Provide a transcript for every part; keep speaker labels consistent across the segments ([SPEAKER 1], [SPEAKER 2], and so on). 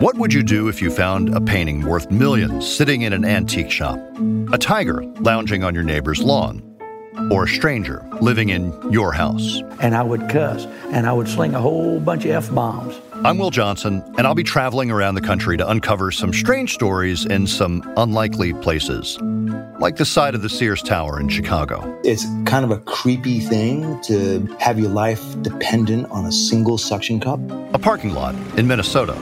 [SPEAKER 1] What would you do if you found a painting worth millions sitting in an antique shop? A tiger lounging on your neighbor's lawn? Or a stranger living in your house?
[SPEAKER 2] And I would cuss, and I would sling a whole bunch of F bombs.
[SPEAKER 1] I'm Will Johnson, and I'll be traveling around the country to uncover some strange stories in some unlikely places, like the side of the Sears Tower in Chicago.
[SPEAKER 3] It's kind of a creepy thing to have your life dependent on a single suction cup.
[SPEAKER 1] A parking lot in Minnesota.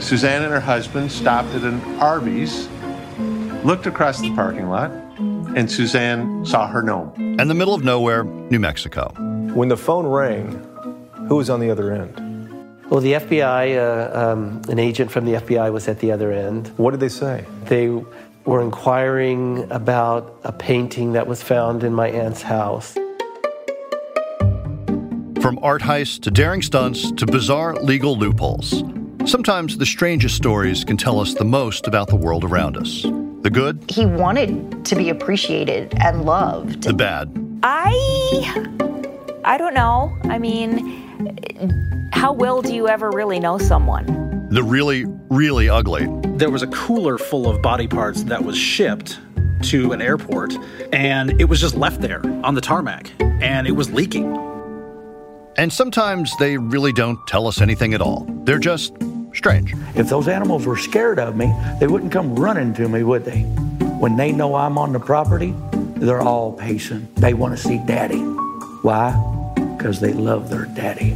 [SPEAKER 4] Suzanne and her husband stopped at an Arby's, looked across the parking lot, and Suzanne saw her gnome.
[SPEAKER 1] And the middle of nowhere, New Mexico.
[SPEAKER 5] When the phone rang, who was on the other end?
[SPEAKER 6] Well, the FBI, uh, um, an agent from the FBI was at the other end.
[SPEAKER 5] What did they say?
[SPEAKER 6] They were inquiring about a painting that was found in my aunt's house.
[SPEAKER 1] From art heists to daring stunts to bizarre legal loopholes. Sometimes the strangest stories can tell us the most about the world around us. The good,
[SPEAKER 7] He wanted to be appreciated and loved.
[SPEAKER 1] the bad,
[SPEAKER 8] I I don't know. I mean, how well do you ever really know someone?
[SPEAKER 1] the really, really ugly.
[SPEAKER 9] there was a cooler full of body parts that was shipped to an airport and it was just left there on the tarmac and it was leaking.
[SPEAKER 1] And sometimes they really don't tell us anything at all. They're just strange.
[SPEAKER 2] If those animals were scared of me, they wouldn't come running to me, would they? When they know I'm on the property, they're all pacing. They want to see daddy. Why? Because they love their daddy.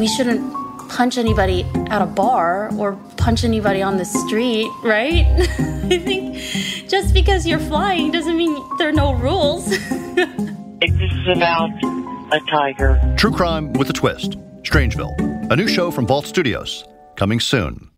[SPEAKER 7] We shouldn't punch anybody at a bar or punch anybody on the street, right? I think just because you're flying doesn't mean there are no rules.
[SPEAKER 10] This is about a tiger.
[SPEAKER 1] True Crime with a Twist. Strangeville, a new show from Vault Studios, coming soon.